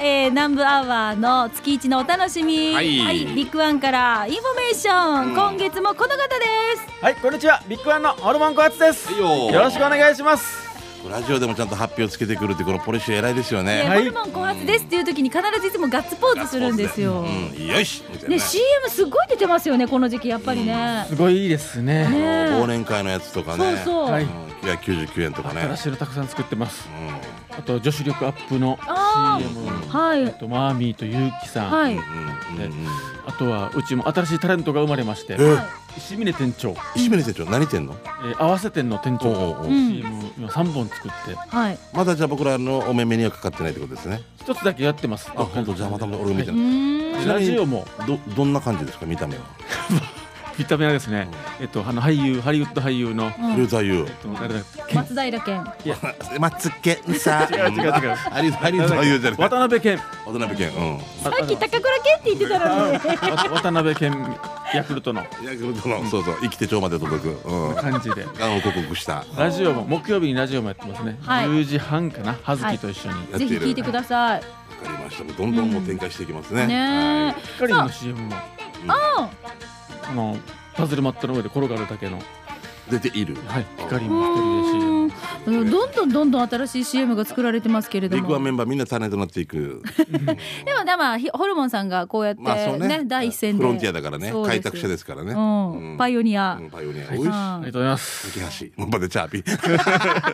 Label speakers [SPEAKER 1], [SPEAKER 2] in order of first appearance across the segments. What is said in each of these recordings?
[SPEAKER 1] えー、南部アワーの月一のお楽しみ、
[SPEAKER 2] はい
[SPEAKER 1] ビッグワンからインフォメーション、今月もこの方です
[SPEAKER 3] はいこんにちはビッグワンのホルモンコアツです
[SPEAKER 2] はいよー
[SPEAKER 3] よろしくお願いします
[SPEAKER 4] ラジオでもちゃんと発表つけてくるってこのポリシー偉いですよ
[SPEAKER 1] で、
[SPEAKER 4] ね。
[SPEAKER 3] はい
[SPEAKER 1] ホルモン後発ですっていう時に必ずいつもガッツポーズするんですよ、
[SPEAKER 4] うん、よしみたいな
[SPEAKER 1] ね
[SPEAKER 4] ね。
[SPEAKER 1] CM すごい出てますよねこの時期やっぱりね、
[SPEAKER 3] すごいいいですね
[SPEAKER 1] ね
[SPEAKER 4] 忘年会のやつとかね。
[SPEAKER 1] そうそう、
[SPEAKER 3] はい
[SPEAKER 4] うん。いや99円とかね。
[SPEAKER 3] 新しいのたくさん作ってますあと女子力アップの
[SPEAKER 1] あ
[SPEAKER 3] CM
[SPEAKER 1] はい、
[SPEAKER 3] あとマーミーとゆうきさん、
[SPEAKER 1] はい
[SPEAKER 4] うんうんうんうん。
[SPEAKER 3] あとはうちも新しいタレントが生まれまして
[SPEAKER 4] え、
[SPEAKER 3] 石峰店長、
[SPEAKER 4] 石村店長何言ってんの？
[SPEAKER 3] えー合わせ店の店
[SPEAKER 4] お
[SPEAKER 3] 長
[SPEAKER 4] う
[SPEAKER 3] が
[SPEAKER 4] おうおう
[SPEAKER 1] うん
[SPEAKER 3] CM を今3本作って
[SPEAKER 1] はい、
[SPEAKER 4] まだじゃあ僕らのお目目にはかかってないってことですね。
[SPEAKER 3] 一つだけやってます
[SPEAKER 4] あ、本当じゃあまた俺が見て
[SPEAKER 1] う
[SPEAKER 4] ない。
[SPEAKER 1] ーん
[SPEAKER 3] ラジオも
[SPEAKER 4] どどんな感じですか見た目は？
[SPEAKER 3] 見た目はですね、えっと、あの俳優ハリウッド俳優の
[SPEAKER 1] うん
[SPEAKER 4] ルーザーユー。
[SPEAKER 3] 誰だっ
[SPEAKER 1] 松平健
[SPEAKER 4] まつけんさ。
[SPEAKER 3] 違う違う違う
[SPEAKER 4] ありあり
[SPEAKER 3] け
[SPEAKER 4] ザーユーじゃなくて
[SPEAKER 3] 渡辺謙
[SPEAKER 4] 渡辺謙。
[SPEAKER 1] さ
[SPEAKER 3] さ
[SPEAKER 1] っき高倉健って言ってたのに
[SPEAKER 3] 渡辺謙ヤクルトの
[SPEAKER 4] うん。ヤクルトのそうそう生きて腸まで届く。うん。
[SPEAKER 3] 感じで
[SPEAKER 4] がんを克服した。
[SPEAKER 3] ラジオも木曜日にラジオもやってますね、
[SPEAKER 1] はい
[SPEAKER 3] 10時半かな葉月と一緒に、
[SPEAKER 4] や
[SPEAKER 1] ぜ
[SPEAKER 4] って
[SPEAKER 1] ひ
[SPEAKER 4] る
[SPEAKER 1] 聞いてください
[SPEAKER 4] わかりました。どんどんもう展開していきますね。
[SPEAKER 1] ね
[SPEAKER 4] はい
[SPEAKER 3] カリーの CM も
[SPEAKER 1] あ
[SPEAKER 3] あのパズルマットの上で転がるだけの、
[SPEAKER 4] 出ている。
[SPEAKER 3] はい、光
[SPEAKER 1] う
[SPEAKER 3] も一人
[SPEAKER 1] ーん
[SPEAKER 3] で CM
[SPEAKER 1] うんどんどんどんどん新しい CM が作られてますけれど
[SPEAKER 4] ビッグワ
[SPEAKER 1] も
[SPEAKER 4] ンメンバーみんなタレントになっていく。
[SPEAKER 1] でもでもひホルモンさんがこうやって
[SPEAKER 4] まあそう
[SPEAKER 1] ね
[SPEAKER 4] ね。
[SPEAKER 1] 第一線で
[SPEAKER 4] フロンティアだからね
[SPEAKER 1] そう。です
[SPEAKER 4] 開拓者ですからね。
[SPEAKER 1] うんパイオニア
[SPEAKER 4] うんパイオニア。おいしい。
[SPEAKER 3] ありがとうございます
[SPEAKER 4] 浮橋。もうまでチャーピー。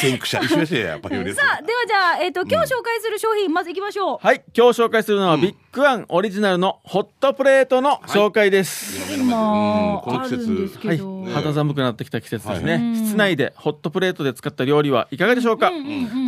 [SPEAKER 4] 先駆者。一緒やしや、パイオニア。
[SPEAKER 1] さあではじゃあえっと今日紹介する商品まず行きましょう
[SPEAKER 3] はい今日紹介するのはビッグワンオリジナルのホットプレートの紹介です、
[SPEAKER 1] 今
[SPEAKER 4] うんこの
[SPEAKER 1] あ
[SPEAKER 4] 季
[SPEAKER 1] る
[SPEAKER 4] 節
[SPEAKER 1] んです
[SPEAKER 3] は
[SPEAKER 1] け
[SPEAKER 3] い
[SPEAKER 1] ど、
[SPEAKER 3] 肌寒くなってきた季節ですね、
[SPEAKER 4] はい
[SPEAKER 1] うん
[SPEAKER 3] 室内でホットプレートで使った料理はいかがでしょうか、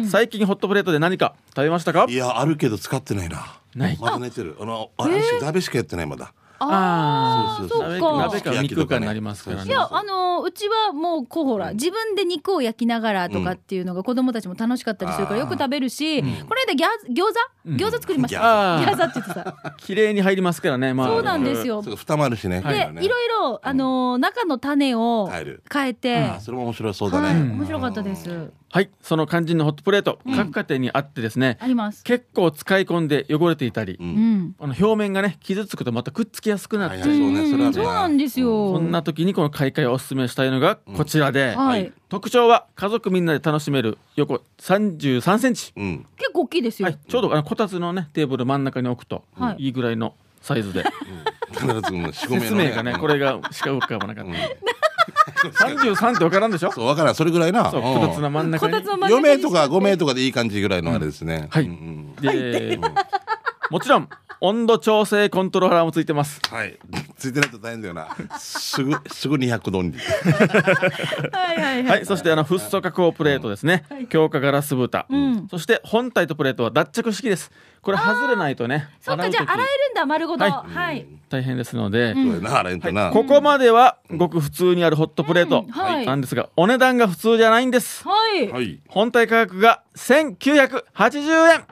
[SPEAKER 3] 最近ホットプレートで何か食べましたか
[SPEAKER 4] いや、あるけど使ってないな。
[SPEAKER 3] ない
[SPEAKER 4] まだ寝てる。あの、私、鍋しかやってない、まだ。
[SPEAKER 1] あ
[SPEAKER 4] そう
[SPEAKER 1] ー
[SPEAKER 4] そう
[SPEAKER 1] そう
[SPEAKER 3] 鍋
[SPEAKER 1] か
[SPEAKER 3] 鍋か肉かになりますから
[SPEAKER 4] そう
[SPEAKER 1] い
[SPEAKER 3] ね
[SPEAKER 1] やあのうちはもうこうほら自分で肉を焼きながらとかっていうのが子供たちも楽しかったりするから
[SPEAKER 4] あー
[SPEAKER 1] よく食べるし、この間ギャ餃子餃子作りました、
[SPEAKER 3] うん
[SPEAKER 1] 餃子って言って た
[SPEAKER 3] 綺麗に入りますからねまあ
[SPEAKER 1] そうなんですよ、
[SPEAKER 4] そうか、蓋もあるしね。
[SPEAKER 1] で、いろいろあのー中の種を
[SPEAKER 4] 変える
[SPEAKER 1] 変えて、
[SPEAKER 4] あそれも面白そうだ
[SPEAKER 1] はい、
[SPEAKER 4] ね。
[SPEAKER 1] 面白かったです。
[SPEAKER 3] はいその肝心のホットプレート、各家庭にあってですね
[SPEAKER 1] あります。
[SPEAKER 3] 結構使い込んで汚れていたり、
[SPEAKER 4] ん
[SPEAKER 1] うん。
[SPEAKER 3] あの表面がね傷つくとまたくっつきやすくなっ
[SPEAKER 4] はい
[SPEAKER 3] て、
[SPEAKER 4] はいそうね、それある
[SPEAKER 1] そうなんですよ。
[SPEAKER 3] こんな時にこの買い替えをおすすめしたいのがこちらで、
[SPEAKER 1] はい。
[SPEAKER 3] 特徴は家族みんなで楽しめる横33センチ、
[SPEAKER 4] うん。
[SPEAKER 1] 結構大きいですよ。
[SPEAKER 3] は
[SPEAKER 1] はいい。、
[SPEAKER 3] ちょうどあのこたつのねテーブル真ん中に置くと、
[SPEAKER 1] はい
[SPEAKER 3] い、いぐらいのサイズで、
[SPEAKER 4] 必ず、うん、4、5名
[SPEAKER 3] 説
[SPEAKER 4] のね
[SPEAKER 3] 明がねこれがしか浮かばなかっ
[SPEAKER 4] うん
[SPEAKER 3] た、33って分からんでしょ
[SPEAKER 4] そう、わからん。それぐらいな。
[SPEAKER 3] そう
[SPEAKER 4] うん
[SPEAKER 3] こたつの真ん
[SPEAKER 1] こ
[SPEAKER 3] 中に
[SPEAKER 1] たつの真ん中
[SPEAKER 4] 4
[SPEAKER 1] に
[SPEAKER 4] 名とか5名とかでいい感じぐらいのあれですね。
[SPEAKER 3] はい
[SPEAKER 4] うんうん
[SPEAKER 3] でもちろん温度調整コントローラーもついてます
[SPEAKER 4] はい。ついてないと大変だよな。すぐ、すぐ200度に。
[SPEAKER 1] はいはいはい。
[SPEAKER 3] はい、そしてあのフッ素加工プレートですね、強化ガラス蓋、
[SPEAKER 1] ん
[SPEAKER 3] そして本体とプレートは脱着式ですこれ外れないとね
[SPEAKER 1] そっか
[SPEAKER 3] う
[SPEAKER 1] じゃあ洗えるんだ丸ごと。
[SPEAKER 3] は
[SPEAKER 1] はいい。
[SPEAKER 3] 大変ですので、
[SPEAKER 4] そうやな、あれんとな。
[SPEAKER 3] ここまではごく普通にあるホットプレート
[SPEAKER 1] うんはい
[SPEAKER 3] なんですが、お値段が普通じゃないんです
[SPEAKER 1] はい。
[SPEAKER 4] はい。
[SPEAKER 3] 本体価格が1980円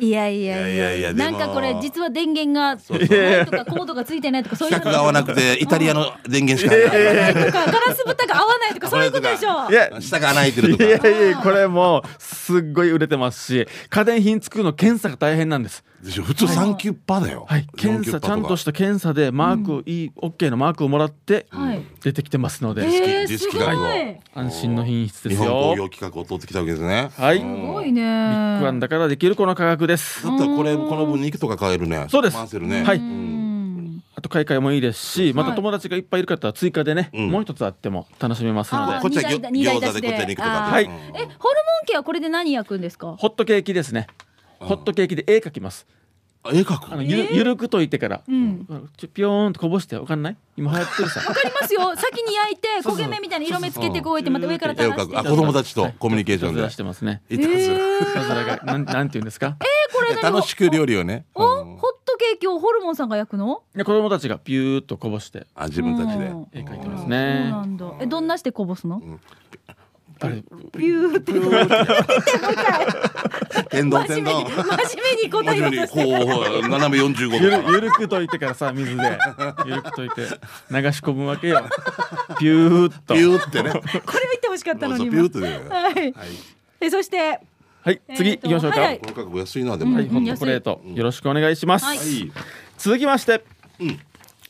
[SPEAKER 1] いやいやいや
[SPEAKER 4] いやいやいやで
[SPEAKER 1] な
[SPEAKER 4] も
[SPEAKER 1] んかこれ実は電源が
[SPEAKER 4] うそう
[SPEAKER 1] ないとかコードがついてないとかそういう
[SPEAKER 4] 企
[SPEAKER 1] の
[SPEAKER 4] 画が合わなくて、イタリアの電源しかない。
[SPEAKER 1] ないとかガラス蓋が合わないとかそういうことでしょ。
[SPEAKER 3] いや
[SPEAKER 4] 下が穴開いてる
[SPEAKER 3] い
[SPEAKER 4] と
[SPEAKER 3] やい
[SPEAKER 4] か。
[SPEAKER 3] やいやこれもうすっごい売れてますし家電品作るの検査が大変なんです
[SPEAKER 4] でしょ普通3級パーだよ。
[SPEAKER 3] はい、検査ちゃんとした検査でマーク、いい OK のマークをもらって
[SPEAKER 1] はい
[SPEAKER 3] 出てきてますので、
[SPEAKER 1] えー
[SPEAKER 4] ディ
[SPEAKER 1] す
[SPEAKER 4] ス
[SPEAKER 1] ご
[SPEAKER 4] ク
[SPEAKER 1] い。
[SPEAKER 4] が
[SPEAKER 1] す
[SPEAKER 3] 安心の品質
[SPEAKER 4] 4
[SPEAKER 3] で
[SPEAKER 4] 日
[SPEAKER 3] す
[SPEAKER 4] パーとか日本工
[SPEAKER 3] よ
[SPEAKER 4] 業企画を通ってきたわけですね。
[SPEAKER 3] はい
[SPEAKER 1] ごいね。
[SPEAKER 3] 不安だからできるこの価格です
[SPEAKER 4] だったらこれ、この分肉とか買えるね。
[SPEAKER 3] そうです
[SPEAKER 4] 回せるね。
[SPEAKER 3] はい
[SPEAKER 1] うん。
[SPEAKER 3] あと買い替えもいいですしまた友達がいっぱいいる方は追加でね、
[SPEAKER 4] うん
[SPEAKER 3] もう一つあっても楽しめますので、
[SPEAKER 1] あー
[SPEAKER 4] こっちは
[SPEAKER 1] 二台二台
[SPEAKER 4] 餃子で
[SPEAKER 1] 出して
[SPEAKER 4] こっちは肉とか。
[SPEAKER 3] はい
[SPEAKER 4] うん
[SPEAKER 1] えホルモン系はこれで何焼くんですか。
[SPEAKER 3] ホットケーキですねホットケーキで絵描きます
[SPEAKER 4] あ絵描
[SPEAKER 3] あ
[SPEAKER 4] く。
[SPEAKER 3] のゆ,、ゆるくといてから、
[SPEAKER 1] ん
[SPEAKER 3] ちょピヨーンとこぼしてわかんない今流行ってる さ
[SPEAKER 1] わかりますよ。先に焼いて
[SPEAKER 3] そう
[SPEAKER 1] 焦
[SPEAKER 3] そう
[SPEAKER 1] げ目みたいな色目つけてこうやってまた上から
[SPEAKER 4] 絵
[SPEAKER 1] 垂
[SPEAKER 4] を
[SPEAKER 1] らし
[SPEAKER 4] 描
[SPEAKER 1] て。
[SPEAKER 4] く。あ、子供たちとコミュニケーショ
[SPEAKER 3] ずらし
[SPEAKER 4] ン
[SPEAKER 3] てますね
[SPEAKER 4] で。いたずら
[SPEAKER 3] いたずらがなんなんて言うんですか、
[SPEAKER 1] これ何
[SPEAKER 4] 楽しく料理をね。
[SPEAKER 1] おホットケーキをホルモンさんが焼くの？
[SPEAKER 3] で子供たちがピューっとこぼして
[SPEAKER 4] あ、自分たちで
[SPEAKER 1] う。ん
[SPEAKER 3] 絵描いてます
[SPEAKER 1] そう
[SPEAKER 3] ね
[SPEAKER 1] なんだ。えどんなしてこぼすの？
[SPEAKER 3] あれ
[SPEAKER 1] ピューって。
[SPEAKER 4] 天丼
[SPEAKER 1] 真面
[SPEAKER 4] 天
[SPEAKER 1] 目に
[SPEAKER 4] 丼。
[SPEAKER 1] 真面目に答えよう
[SPEAKER 4] 真面
[SPEAKER 1] と
[SPEAKER 4] 目に
[SPEAKER 1] し
[SPEAKER 4] こ
[SPEAKER 1] て。
[SPEAKER 4] う、斜め45度
[SPEAKER 3] ゆ
[SPEAKER 4] か
[SPEAKER 3] る
[SPEAKER 4] ら。
[SPEAKER 3] ゆるくといてからさ水でゆるくといて流し込むわけよピューっと
[SPEAKER 4] ピューってね。
[SPEAKER 1] これを言ってほしかった
[SPEAKER 4] そ
[SPEAKER 1] の
[SPEAKER 4] うそう
[SPEAKER 1] に。
[SPEAKER 4] ピューっ
[SPEAKER 1] 今
[SPEAKER 4] てね。
[SPEAKER 1] はい。えそして。
[SPEAKER 3] はい、次行きましょうか。
[SPEAKER 1] え
[SPEAKER 3] は
[SPEAKER 1] ー
[SPEAKER 3] い
[SPEAKER 1] と
[SPEAKER 4] この価格安いなでも、
[SPEAKER 1] うん
[SPEAKER 4] は
[SPEAKER 3] ホ
[SPEAKER 4] い、
[SPEAKER 3] ットプレート、よろしくお願いします。
[SPEAKER 1] はい
[SPEAKER 3] 続きまして、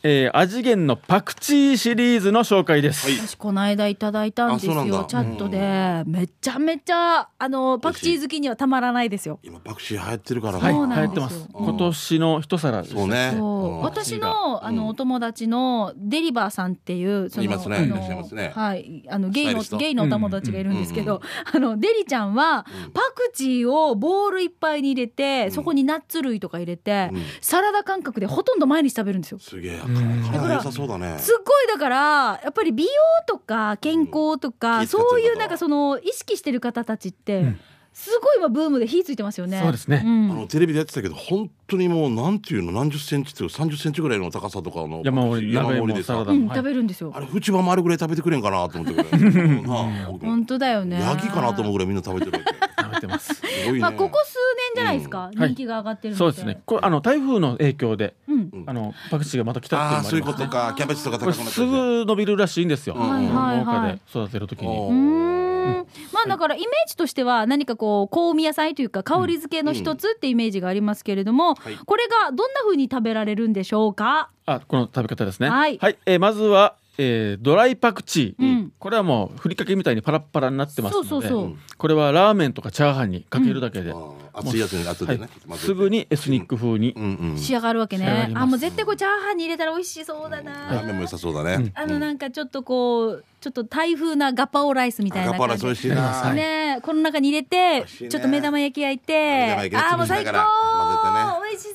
[SPEAKER 3] えー味源のパクチーシリーズの紹介です。
[SPEAKER 4] はい
[SPEAKER 1] 私この間いただいたんです
[SPEAKER 4] あそうなん
[SPEAKER 1] よ
[SPEAKER 4] だ
[SPEAKER 1] チャットでめちゃめちゃあのパクチー好きにはたまらないですよ
[SPEAKER 4] 今パクチー流行ってるから
[SPEAKER 3] は、
[SPEAKER 4] ない
[SPEAKER 1] そ
[SPEAKER 3] 流
[SPEAKER 1] うなんです
[SPEAKER 3] 行ってます。
[SPEAKER 4] うん
[SPEAKER 3] 今年の一皿です。
[SPEAKER 4] そうね
[SPEAKER 1] そう
[SPEAKER 4] うん
[SPEAKER 1] 私のあのお友達のデリバーさんっていうその
[SPEAKER 4] いますね
[SPEAKER 1] あ
[SPEAKER 4] いらっしゃいますね
[SPEAKER 1] のはいあのゲイの
[SPEAKER 4] スタイリスト
[SPEAKER 1] ゲイのお友達がいるんですけどあのデリちゃんは
[SPEAKER 4] うん
[SPEAKER 1] パクチーをボールいっぱいに入れて
[SPEAKER 4] ん
[SPEAKER 1] そこにナッツ類とか入れて
[SPEAKER 4] うん
[SPEAKER 1] サラダ感覚でほとんど毎日食べるんですよ。
[SPEAKER 4] すげえ
[SPEAKER 3] ん
[SPEAKER 4] 体良さそうだね
[SPEAKER 1] すっごいだからやっぱり美容とか健康とか、
[SPEAKER 4] うん
[SPEAKER 1] そうい
[SPEAKER 4] 気
[SPEAKER 1] う
[SPEAKER 4] 遣ってる方
[SPEAKER 1] なんかその意識してる方たちって、
[SPEAKER 3] ん
[SPEAKER 1] すごい今ブームで火ついてますよね。
[SPEAKER 3] そうですね
[SPEAKER 1] ん
[SPEAKER 4] あのテレビでやってたけど本当にもうなんていうの何十センチっていう三十センチぐらいの高さとかの
[SPEAKER 3] 山盛り、
[SPEAKER 4] 山
[SPEAKER 3] 鍋
[SPEAKER 4] 盛り
[SPEAKER 3] も
[SPEAKER 4] で
[SPEAKER 3] サ
[SPEAKER 4] さ
[SPEAKER 3] ラ
[SPEAKER 1] う
[SPEAKER 3] ダ
[SPEAKER 1] ん
[SPEAKER 3] も。はい
[SPEAKER 1] 食べるんですよ。
[SPEAKER 4] あれ縁場もあるぐらい食べてくれんかなと思ってくれうんなあ僕も
[SPEAKER 1] 本当だよね。
[SPEAKER 4] ヤギかなと思うぐらいみんな食べてるわ
[SPEAKER 3] 食べてます。
[SPEAKER 4] けすごいね、
[SPEAKER 1] まあここ数年じゃないですか、
[SPEAKER 3] んはい
[SPEAKER 1] 人気が上がってるの
[SPEAKER 3] そうですね。これあの台風の影響で、
[SPEAKER 1] うん、
[SPEAKER 4] うん
[SPEAKER 3] あのパクチーがまた来た
[SPEAKER 4] あ
[SPEAKER 3] っ
[SPEAKER 4] あ
[SPEAKER 3] て
[SPEAKER 4] そう
[SPEAKER 3] い
[SPEAKER 4] いう
[SPEAKER 3] う
[SPEAKER 4] こ
[SPEAKER 3] のもあり
[SPEAKER 4] と
[SPEAKER 3] ま
[SPEAKER 4] かキャベツとか
[SPEAKER 3] すね。
[SPEAKER 4] 高
[SPEAKER 3] こ
[SPEAKER 4] くなっ
[SPEAKER 3] れ
[SPEAKER 4] ちゃって
[SPEAKER 3] すぐ伸びるらしいんですよ。
[SPEAKER 4] うんはい
[SPEAKER 1] はい
[SPEAKER 3] 農
[SPEAKER 1] は
[SPEAKER 3] 家
[SPEAKER 1] い
[SPEAKER 3] で育てるとき
[SPEAKER 4] お
[SPEAKER 3] に。
[SPEAKER 1] うーんまあだからイメージとしては何かこう香味野菜というか香り付けの一つってイメージがありますけれども、
[SPEAKER 4] はい
[SPEAKER 1] これがどんな風に食べられるんでしょうか、
[SPEAKER 3] あ、この食べ方ですね。
[SPEAKER 1] はい
[SPEAKER 3] えーまずは、えードライパクチ
[SPEAKER 1] う
[SPEAKER 3] ー、
[SPEAKER 1] ん
[SPEAKER 3] これはもうふりかけみたいにパラッパラになってますので、
[SPEAKER 1] そうそうそう
[SPEAKER 3] これはラーメンとかチャーハンにかけるだけで、
[SPEAKER 4] ああ熱いやつに後でね、
[SPEAKER 3] はい
[SPEAKER 4] 混ぜて
[SPEAKER 3] すぐにエスニック風に、
[SPEAKER 4] うんうん
[SPEAKER 1] 仕上がるわけ
[SPEAKER 3] 仕上が
[SPEAKER 1] ね
[SPEAKER 3] ります
[SPEAKER 1] あもう絶対これチャーハンに入れたら美味しそうだな、
[SPEAKER 4] ラーメンも良さそうだね、
[SPEAKER 1] あのなんかちょっとこうちょっと台風なガパオライスみたいな
[SPEAKER 4] ガパオラ
[SPEAKER 1] 感
[SPEAKER 4] イス
[SPEAKER 1] じ
[SPEAKER 4] 美味しいな、
[SPEAKER 3] は
[SPEAKER 1] ねえこの中に入れて、
[SPEAKER 4] 味しいね
[SPEAKER 1] ちょっと目玉焼き焼い
[SPEAKER 4] 目
[SPEAKER 1] て
[SPEAKER 4] 玉焼きの
[SPEAKER 1] あーもう
[SPEAKER 4] つぶし
[SPEAKER 1] 最
[SPEAKER 4] な
[SPEAKER 1] 高、
[SPEAKER 4] がら混
[SPEAKER 1] 美味しそ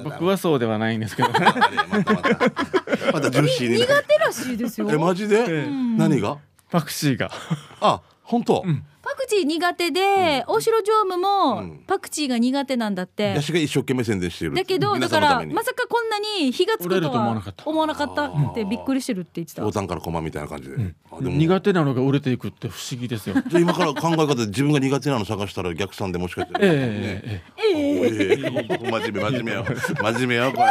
[SPEAKER 1] う、
[SPEAKER 3] 僕はそうではないんですけど、
[SPEAKER 4] またまたまたジューシーにね
[SPEAKER 1] 苦手らしいですよ
[SPEAKER 4] えマジで、
[SPEAKER 1] ん
[SPEAKER 4] 何が
[SPEAKER 3] パクチーが。
[SPEAKER 4] あ本当、
[SPEAKER 1] パクチー苦手で、大城常務
[SPEAKER 4] う
[SPEAKER 1] も
[SPEAKER 4] ん
[SPEAKER 1] パクチーが苦手なんだって、
[SPEAKER 4] 私が一生懸命宣伝してる
[SPEAKER 1] だけどだ
[SPEAKER 4] 皆
[SPEAKER 1] か
[SPEAKER 4] 様のた
[SPEAKER 1] ら
[SPEAKER 4] めに
[SPEAKER 1] まさかこんなに火がつく
[SPEAKER 3] 折れ
[SPEAKER 1] と
[SPEAKER 3] ると思わな
[SPEAKER 1] は
[SPEAKER 3] かった
[SPEAKER 1] 思わなかったってびっくりしてるって言ってた
[SPEAKER 4] ボタンからコマみたいな感じで、あでも
[SPEAKER 3] 苦手なのが売れていくって不思議ですよ。
[SPEAKER 4] じゃあ今から考え方で自分が苦手なの探したら逆算でもしかして、
[SPEAKER 3] ええ
[SPEAKER 4] え
[SPEAKER 3] え
[SPEAKER 4] え真面目真面目よ真面目よこ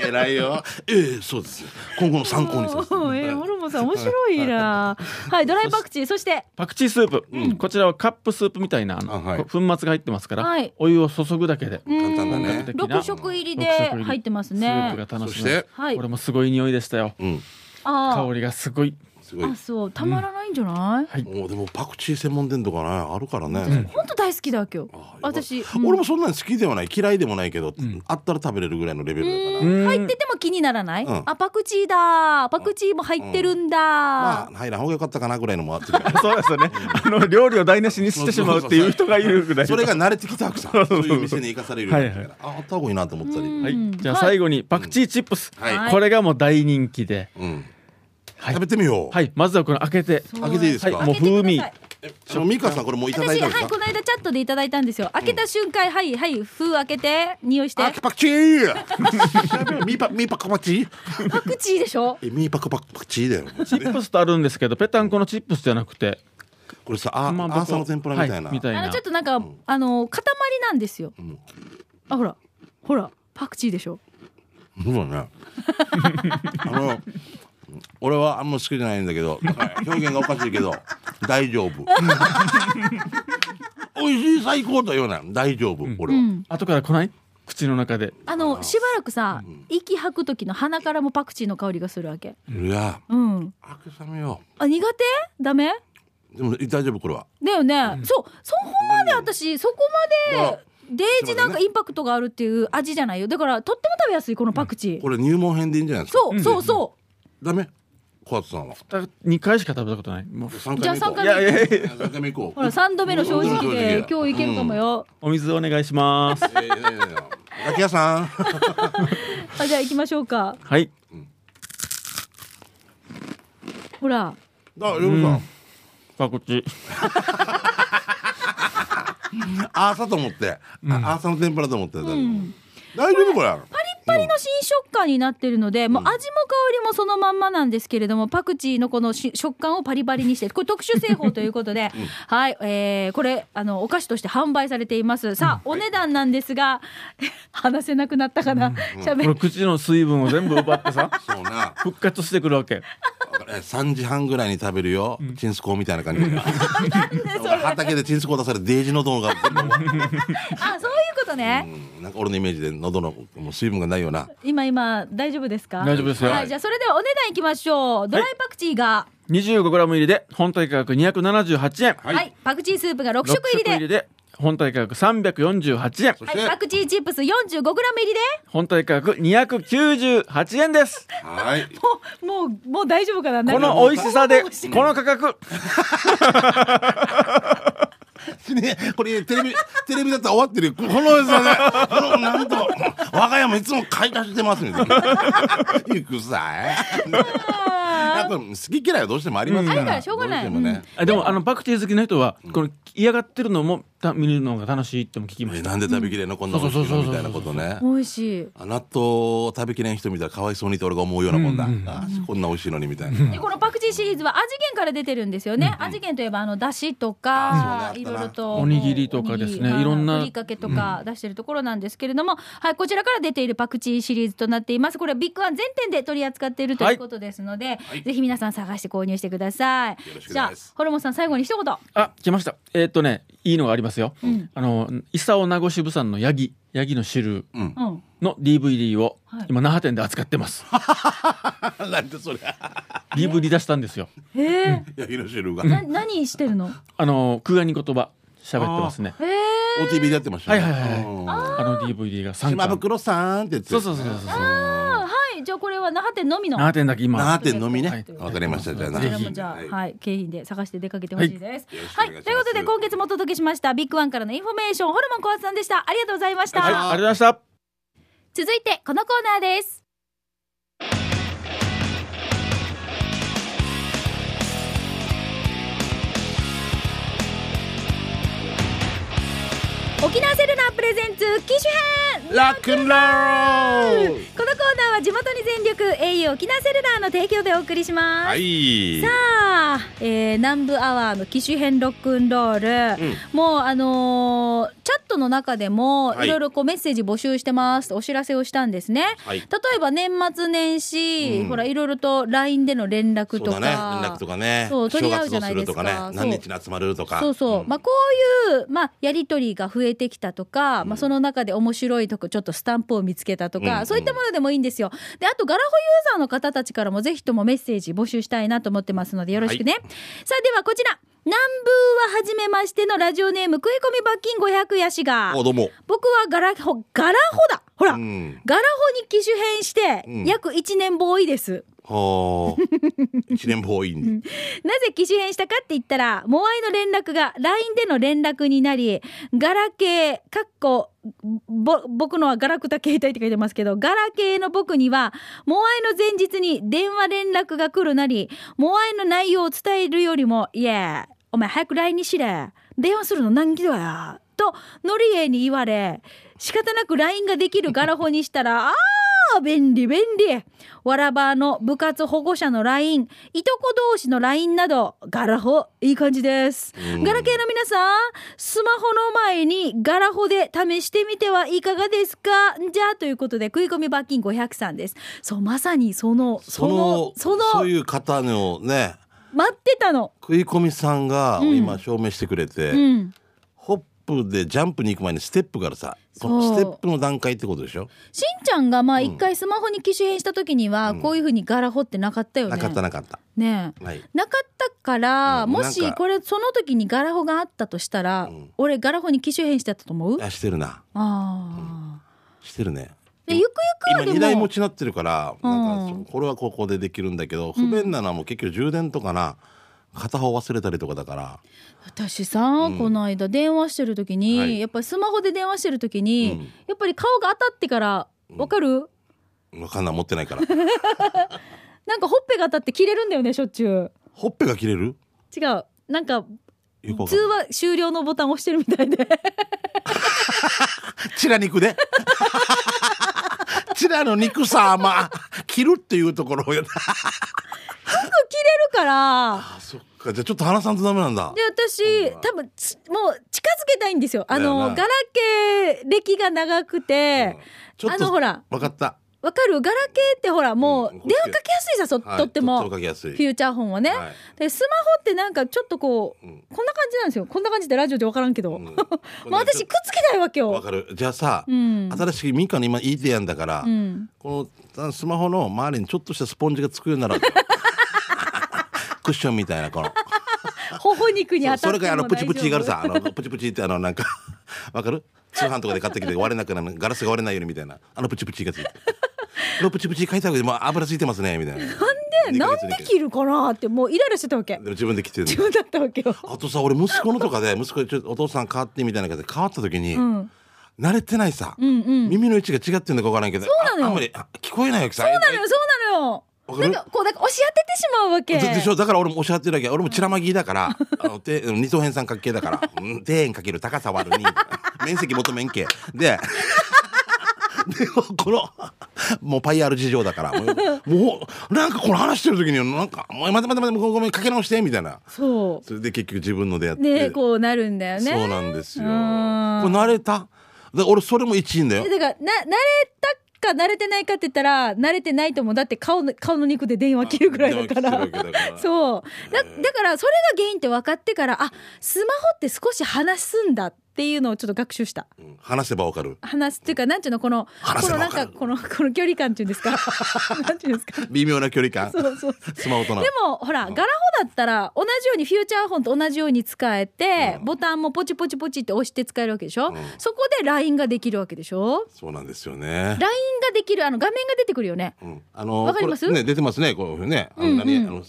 [SPEAKER 4] れ偉いよええそうです今後の参考にさせて
[SPEAKER 1] うんえー、ホルモンさん面白いな。 はい、ドライパクチー、そして、
[SPEAKER 3] パクチースープ、こちらはカップスープみたいなあの
[SPEAKER 4] あはい
[SPEAKER 3] こう粉末が入ってますから、
[SPEAKER 1] はい
[SPEAKER 3] お湯を注ぐだけで
[SPEAKER 1] うん
[SPEAKER 4] 簡単だね
[SPEAKER 3] 的な
[SPEAKER 1] 六色入りで
[SPEAKER 3] 六色入り
[SPEAKER 1] 入ってます
[SPEAKER 3] スープ
[SPEAKER 1] ね。
[SPEAKER 3] が楽し
[SPEAKER 4] そし
[SPEAKER 3] める
[SPEAKER 4] て
[SPEAKER 1] はい
[SPEAKER 3] これもすごい匂いでしたよ。
[SPEAKER 4] うん
[SPEAKER 1] あ
[SPEAKER 3] 香りがすごい。
[SPEAKER 4] すご
[SPEAKER 1] ー
[SPEAKER 4] い
[SPEAKER 1] あ、そう、たまらないんじゃない。
[SPEAKER 3] はい
[SPEAKER 4] もうでもパクチー専門店とかねあるからね、
[SPEAKER 1] 本当大好きだわけよ。私、うん
[SPEAKER 4] 俺もそんなに好きではない嫌いでもないけど、あったら食べれるぐらいのレベルだから、
[SPEAKER 3] うん
[SPEAKER 1] 入ってても気にならない。
[SPEAKER 4] うん
[SPEAKER 1] あ、パクチーだ、パクチーも入ってるん
[SPEAKER 4] まあ
[SPEAKER 1] だ。
[SPEAKER 4] 入らん方がよかったかなぐらいのもあってる
[SPEAKER 3] そうですよね。あの料理を台無しにしてしまうっていう人がいるぐらい。
[SPEAKER 4] それが慣れてきたわけさそういう店に行かされるようになってからああった方がいいなと思ったり、
[SPEAKER 3] は
[SPEAKER 1] う
[SPEAKER 3] い。
[SPEAKER 1] ん
[SPEAKER 3] じゃあ
[SPEAKER 1] はい
[SPEAKER 3] 最後にパクチーチップス。
[SPEAKER 4] はい
[SPEAKER 1] はい
[SPEAKER 3] これがもう大人気で。
[SPEAKER 4] うん
[SPEAKER 3] はい
[SPEAKER 4] 食べてみよう、
[SPEAKER 3] はい。まずはこの開けて。
[SPEAKER 1] そう
[SPEAKER 4] 開けていいですか、
[SPEAKER 3] はい
[SPEAKER 1] 開けてください
[SPEAKER 3] もう風味
[SPEAKER 4] そのミカさんこれもういただい
[SPEAKER 1] 私、
[SPEAKER 4] た
[SPEAKER 1] は
[SPEAKER 4] んです
[SPEAKER 1] い、
[SPEAKER 4] か
[SPEAKER 1] この間チャットでいただいたんですよ。開けた瞬間、はい、はい、封開けて、匂いして。
[SPEAKER 4] あパクチーミパミパクパクチー
[SPEAKER 1] パクチーでしょ
[SPEAKER 4] えミパクパクパクチーだよ
[SPEAKER 3] チップスとあるんですけど、ペタンコのチップスじゃなくて、
[SPEAKER 4] これさあア
[SPEAKER 3] まあ
[SPEAKER 4] ーサーの天ぷらみたいな、
[SPEAKER 3] はみたい
[SPEAKER 1] あ
[SPEAKER 3] な
[SPEAKER 1] の、ちょっとなんか、あの、塊なんですよ。あ、ほら、ほら、パクチーでしょ
[SPEAKER 4] そうだねあの俺はあんま好きじゃないんだけどだから表現がおかしいけど大丈夫美味しい最高とは言わない大丈夫、俺は、
[SPEAKER 3] 後から来ない口の中で。
[SPEAKER 1] あのしばらくさ、息吐く時の鼻からもパクチーの香りがするわけ。
[SPEAKER 4] いや
[SPEAKER 1] うん。
[SPEAKER 4] あけさめよ
[SPEAKER 1] あ苦手？ダメ？
[SPEAKER 4] うでも大丈夫これは
[SPEAKER 1] だよね。そうそこまで私そこまでデージなんかインパクトがあるっていう味じゃないよ。だからとっても食べやすいこのパクチー。
[SPEAKER 4] これ入門編でいいんじゃないですか
[SPEAKER 1] そうそうそ
[SPEAKER 4] ダメ小松さんは
[SPEAKER 3] 2回しか食べたことない。もう
[SPEAKER 4] 3
[SPEAKER 1] う。じゃあ
[SPEAKER 4] 回目行
[SPEAKER 1] 三
[SPEAKER 4] こ
[SPEAKER 1] 回目。
[SPEAKER 4] う三回目行こう
[SPEAKER 1] ほら三度目の正直
[SPEAKER 4] う
[SPEAKER 1] で
[SPEAKER 4] ん
[SPEAKER 1] 今日いけるかもよ。
[SPEAKER 3] お水お願いし ます。
[SPEAKER 4] いやいやいやいやガキ屋さん
[SPEAKER 1] あじゃあ行きましょうか。
[SPEAKER 3] はい。
[SPEAKER 1] ほら
[SPEAKER 4] あ、ヨルさん
[SPEAKER 3] パクチー。
[SPEAKER 4] アーサと思って、あアーサの天ぷらと思ってた、大丈夫これ
[SPEAKER 1] パリッパリの新食感になってるので、もう味も香りもそのまんまなんですけれども、パクチーのこのし食感をパリパリにして、これ特殊製法ということで、 はい、えー、これ、あの、お菓子として販売されています。さあ、お値段なんですが、 話せなくなったかな、喋、
[SPEAKER 3] これ口の水分を全部奪ってさ、
[SPEAKER 4] そうな
[SPEAKER 3] 復活してくるわけ。
[SPEAKER 4] え3時半ぐらいに食べるよ、チンスコーみたいな感じで畑でチンスコー出されてデージのどんが
[SPEAKER 1] あ、そういうことね。
[SPEAKER 4] うんなんか俺のイメージで喉のもう水分がないような
[SPEAKER 1] 今今大丈夫ですか。
[SPEAKER 3] 大丈夫ですよ
[SPEAKER 1] はい、じゃあそれではお値段いきましょう。ドライパクチーが、
[SPEAKER 3] 25グラム入りで本体価格278円。
[SPEAKER 1] はい、パクチースープが6
[SPEAKER 3] 6
[SPEAKER 1] 食入りで。
[SPEAKER 3] 食で本体価格348円。
[SPEAKER 4] そ
[SPEAKER 1] は
[SPEAKER 4] して、
[SPEAKER 1] い、パクチーチップス 45g 入りで
[SPEAKER 3] 本体価格298円です。
[SPEAKER 4] はい
[SPEAKER 1] もうもうもう大丈夫かな
[SPEAKER 3] この美味しさで、この価格、
[SPEAKER 4] ね、これテレビ、テレビだったら終わってるよ。 このですよね。この、なんと、我が家もいつも買い出してますみたいな。 行くさい。やっぱ好き嫌いはどうしてもありますから。
[SPEAKER 1] あるからしょうがない
[SPEAKER 4] どしてもね。
[SPEAKER 3] あでもあのパクチー好きな人は、この嫌がってるのもた見るのが楽しいっても聞きま
[SPEAKER 4] え
[SPEAKER 3] した。
[SPEAKER 4] なんで食べきれんのこんなもん
[SPEAKER 3] そうそうそうそう
[SPEAKER 4] みたいなことね。
[SPEAKER 1] 美味しい
[SPEAKER 4] あ納豆を食べきれん人見たらかわいそうにって俺が思うようなもんだ。あこんな美味しいのにみたいな。
[SPEAKER 1] でこのパクチーシリーズは味源から出てるんですよね、味源といえばあのだしとか
[SPEAKER 4] あそう
[SPEAKER 1] い
[SPEAKER 4] ねあ
[SPEAKER 1] ろいろ
[SPEAKER 4] ったな
[SPEAKER 1] と
[SPEAKER 3] おにぎりとかですね
[SPEAKER 1] おにぎり
[SPEAKER 3] いろんな
[SPEAKER 1] はふりかけとか出してるところなんですけれども、はいこちらから出ているパクチーシリーズとなっていますこれはビッグワン全店で取り扱っているということですので、ぜひ皆さん探して購入してください
[SPEAKER 4] ろしくお
[SPEAKER 1] じゃ
[SPEAKER 4] 願い
[SPEAKER 1] あ
[SPEAKER 4] します
[SPEAKER 1] ホルモンさん最後に一言
[SPEAKER 3] あ、来ました。えーっとね、いいのがありますよ。あの、伊佐尾名護支部さんのヤギ、ヤギの汁
[SPEAKER 1] うん
[SPEAKER 3] の DVD を、
[SPEAKER 1] はい
[SPEAKER 3] 今那覇店で扱って ます。
[SPEAKER 4] なんでそれ。
[SPEAKER 3] DVD 出したんですよ。
[SPEAKER 1] へえ
[SPEAKER 4] 焼きの汁が。
[SPEAKER 1] な何してるの
[SPEAKER 3] あの、空に言葉喋ってますね。
[SPEAKER 1] へえ
[SPEAKER 4] OTV でやってましたね。
[SPEAKER 3] はいはいはいはい
[SPEAKER 4] うん
[SPEAKER 3] あの DVD が3
[SPEAKER 4] 島
[SPEAKER 3] 巻。
[SPEAKER 4] 袋さんって言って。
[SPEAKER 3] そうそうそうそうそう。
[SPEAKER 1] はいじゃあこれは那覇店のみの
[SPEAKER 3] 那覇店だけ今。
[SPEAKER 4] なーてんのみね
[SPEAKER 3] はい。
[SPEAKER 4] わかりました。じゃあな
[SPEAKER 1] それもじゃあ、
[SPEAKER 4] は
[SPEAKER 1] はいい、景品で探して出かけてほしいです。は、
[SPEAKER 4] はいいよろしくお願いします
[SPEAKER 1] ということで、今月もお届けしました、ビッグワンからのインフォメーション、ホルモン小松さんでした。ありがとうございました。
[SPEAKER 3] はい、ありがとうございました。
[SPEAKER 1] 続いて、このコーナーです。沖縄セルナープレゼンツ機種編
[SPEAKER 4] ラックンロール
[SPEAKER 1] このコーナーは地元に全力 au 沖縄セルラーの提供でお送りします、
[SPEAKER 4] はい。
[SPEAKER 1] さあ、えー南部アワーの機種編ロックンロール、
[SPEAKER 4] うん
[SPEAKER 1] もうあのーチャットの中でも
[SPEAKER 4] はい
[SPEAKER 1] いろいろこうメッセージ募集してますとお知らせをしたんですね、
[SPEAKER 4] はい
[SPEAKER 1] 例えば年末年始、
[SPEAKER 4] うん
[SPEAKER 1] ほらいろいろと LINE での連絡
[SPEAKER 4] そう
[SPEAKER 1] とか
[SPEAKER 4] だね連絡とかね
[SPEAKER 1] そう取り合うじゃ
[SPEAKER 4] 正
[SPEAKER 1] ない
[SPEAKER 4] 月
[SPEAKER 1] です
[SPEAKER 4] をすると
[SPEAKER 1] か
[SPEAKER 4] かね
[SPEAKER 1] そう
[SPEAKER 4] 何日に集まるとか
[SPEAKER 1] そうそう、
[SPEAKER 4] ん
[SPEAKER 1] まあこういう、まあ、やり取りが増えてきたとか、まあ、その中で面白いとこちょっとスタンプを見つけたとか、
[SPEAKER 4] うん
[SPEAKER 1] そういったものでもいいんですよであとガラホユーザーの方たちからもぜひともメッセージ募集したいなと思ってますのでよろしくね、さあではこちら南部は初めましてのラジオネーム食い込み罰金500やしが
[SPEAKER 4] おどうも
[SPEAKER 1] 僕はガラホガラホだほら、
[SPEAKER 4] うん
[SPEAKER 1] ガラホに機種変して
[SPEAKER 4] うん
[SPEAKER 1] 約1年ボーイです、
[SPEAKER 4] はあ一年方いい んで
[SPEAKER 1] なぜ機種変したかって言ったら、モアイの連絡が LINE での連絡になり、ガラケー、かっこ、ぼ、僕のはガラクタ携帯って書いてますけど、ガラケーの僕には、モアイの前日に電話連絡が来るなり、モアイの内容を伝えるよりも、いや、お前早く LINE にしれ。電話するの難儀だよ。と、ノリエイに言われ、仕方なく LINE ができるガラホにしたら、ああ、便利便利。わらばの部活保護者の LINE、いとこ同士の LINE など、ガラホ、いい感じです。
[SPEAKER 4] うん
[SPEAKER 1] ガラケーの皆さん、スマホの前にガラホで試してみてはいかがですかじゃあ、ということで、食い込み罰金500さんです。そう、まさにその、その、その、
[SPEAKER 4] そういう方のね
[SPEAKER 1] 待ってたの。
[SPEAKER 4] 食い込みさんが
[SPEAKER 1] うん
[SPEAKER 4] 今証明してくれて、
[SPEAKER 1] うん。
[SPEAKER 4] ホップでジャンプに行く前にステップがあるさ
[SPEAKER 1] そ
[SPEAKER 4] この
[SPEAKER 1] う
[SPEAKER 4] ステップの段階ってことでしょ
[SPEAKER 1] しんちゃんが、まあ、一回スマホに機種変した時には、こういうふうにガラホってなかったよね。
[SPEAKER 4] なかったなかった
[SPEAKER 1] ねえ。
[SPEAKER 4] はい
[SPEAKER 1] なかったから、
[SPEAKER 4] うん
[SPEAKER 1] も
[SPEAKER 4] なん
[SPEAKER 1] し
[SPEAKER 4] か
[SPEAKER 1] これその時にガラホがあったとしたら、
[SPEAKER 4] ん
[SPEAKER 1] 俺ガラホに機種変してたと思うあ
[SPEAKER 4] あしてるな
[SPEAKER 1] あ
[SPEAKER 4] してるね
[SPEAKER 1] ー、でゆくゆくは
[SPEAKER 4] 今
[SPEAKER 1] でも
[SPEAKER 4] 二台持ちになってるからなん
[SPEAKER 1] う
[SPEAKER 4] か
[SPEAKER 1] ん
[SPEAKER 4] そこれはここでできるんだけど不便なのはもう結局充電とかな片方忘れたりとかだから
[SPEAKER 1] 私さ、この間電話してる時に、
[SPEAKER 4] はい
[SPEAKER 1] やっぱりスマホで電話してる時に、
[SPEAKER 4] うん
[SPEAKER 1] やっぱり顔が当たってからわかる、
[SPEAKER 4] わかんない持ってな いから
[SPEAKER 1] なんかほっぺが当たって切れるんだよねしょっちゅう
[SPEAKER 4] ほっぺが切れる
[SPEAKER 1] 違うなんか
[SPEAKER 4] よくわか
[SPEAKER 1] 通
[SPEAKER 4] んない
[SPEAKER 1] 話終了のボタン押してるみたい で
[SPEAKER 4] チラ肉で チラの肉さまあ切るっていうとこ ろを
[SPEAKER 1] 切れるから
[SPEAKER 4] あそっかじゃあちょっと話さんとダメなんだ
[SPEAKER 1] で私多分つもう近づけたいんですよあ
[SPEAKER 4] だよ
[SPEAKER 1] の
[SPEAKER 4] な
[SPEAKER 1] ガラケー歴が長くて、
[SPEAKER 4] ちょっ
[SPEAKER 1] あのほ
[SPEAKER 4] と
[SPEAKER 1] ら
[SPEAKER 4] わかった
[SPEAKER 1] わかるガラケーってほらもう
[SPEAKER 4] うん
[SPEAKER 1] 電話かけやすいじゃん、そ
[SPEAKER 4] はい
[SPEAKER 1] とっても
[SPEAKER 4] とっとかけやすい
[SPEAKER 1] フューチャー本はね、
[SPEAKER 4] はい
[SPEAKER 1] でスマホってなんかちょっとこう、
[SPEAKER 4] うん
[SPEAKER 1] こんな感じなんですよこんな感じでラジオで分からんけど、
[SPEAKER 4] ん
[SPEAKER 1] もう私くっつけないわけ
[SPEAKER 4] わ
[SPEAKER 1] よ
[SPEAKER 4] かるじゃあさ、
[SPEAKER 1] うん
[SPEAKER 4] 新しい民家の今いい提案だから、
[SPEAKER 1] ん
[SPEAKER 4] このスマホの周りにちょっとしたスポンジがつくようになら クッションみたいなこの
[SPEAKER 1] 頬肉に当たって
[SPEAKER 4] それからあの
[SPEAKER 1] も
[SPEAKER 4] プチプチがある
[SPEAKER 1] 大丈夫
[SPEAKER 4] さあのプチプチってあのなんか わかる通販とかで買ってきて割れなくなるガラスが割れないようにみたいなあのプチプチがついてこのプチプチ書いたわけでもう油ついてますねみたいななん
[SPEAKER 1] でなんで切るかなってもうイライラしてたわけ
[SPEAKER 4] でも自分で切ってるの
[SPEAKER 1] 自分だったわ けよ
[SPEAKER 4] あとさ俺息子のとかで息子にちょっとお父さん変わってみたいな感じで変わった時に、
[SPEAKER 1] ん
[SPEAKER 4] 慣れてないさ、
[SPEAKER 1] うんうん
[SPEAKER 4] 耳の位置が違ってんのか分からんけど
[SPEAKER 1] そうなのよ
[SPEAKER 4] ああんまりあ聞こえないわけさ
[SPEAKER 1] そうなのよそうなのよ
[SPEAKER 4] わか
[SPEAKER 1] な
[SPEAKER 4] る
[SPEAKER 1] んかこうなんか押し当ててしまうわけ
[SPEAKER 4] だでしょだから俺もおっしゃってるだけ俺もチラマギだから あのて二等辺三角形だからうん底辺かける高さ割るに面積元面形で でこのもうパイアール事情だからもうもうなんかこの話してる時になんか「おい待て待て待てごめんかけ直して」みたいな
[SPEAKER 1] そ
[SPEAKER 4] それで結局自分のでやっ
[SPEAKER 1] う
[SPEAKER 4] て、
[SPEAKER 1] ねこうなるんだよね
[SPEAKER 4] そうなんですよ
[SPEAKER 1] う
[SPEAKER 4] これ
[SPEAKER 1] ん
[SPEAKER 4] 慣れたで俺それも一員だよ
[SPEAKER 1] でだからな慣れたか慣れてないかって言ったら慣れてないと思うだって顔の顔の肉で電話切るぐらいだか
[SPEAKER 4] 電
[SPEAKER 1] ら
[SPEAKER 4] 話切ってるわけだから
[SPEAKER 1] そうだだからそれが原因って分かってからあスマホって少し話すんだっていうのをちょっと学習した
[SPEAKER 4] うん話せばわかる
[SPEAKER 1] 話すっていうかなんていうのこの
[SPEAKER 4] 話
[SPEAKER 1] こ
[SPEAKER 4] せ
[SPEAKER 1] の
[SPEAKER 4] ば
[SPEAKER 1] なん
[SPEAKER 4] 分か
[SPEAKER 1] か
[SPEAKER 4] る
[SPEAKER 1] このこの距離感っていうんです かなんていうんですか
[SPEAKER 4] 微妙な距離感
[SPEAKER 1] そうそう
[SPEAKER 4] スマホとな
[SPEAKER 1] でもほら、ガラホだったら同じようにフューチャーフォンと同じように使えて、ボタンもポチポチポチって押して使えるわけでしょ、そこで LINE ができるわけでしょ
[SPEAKER 4] そうなんですよね
[SPEAKER 1] LINE ができるあの画面が出てくるよね
[SPEAKER 4] うんあの
[SPEAKER 1] わかります
[SPEAKER 4] これね出てますねこういうねあの何あの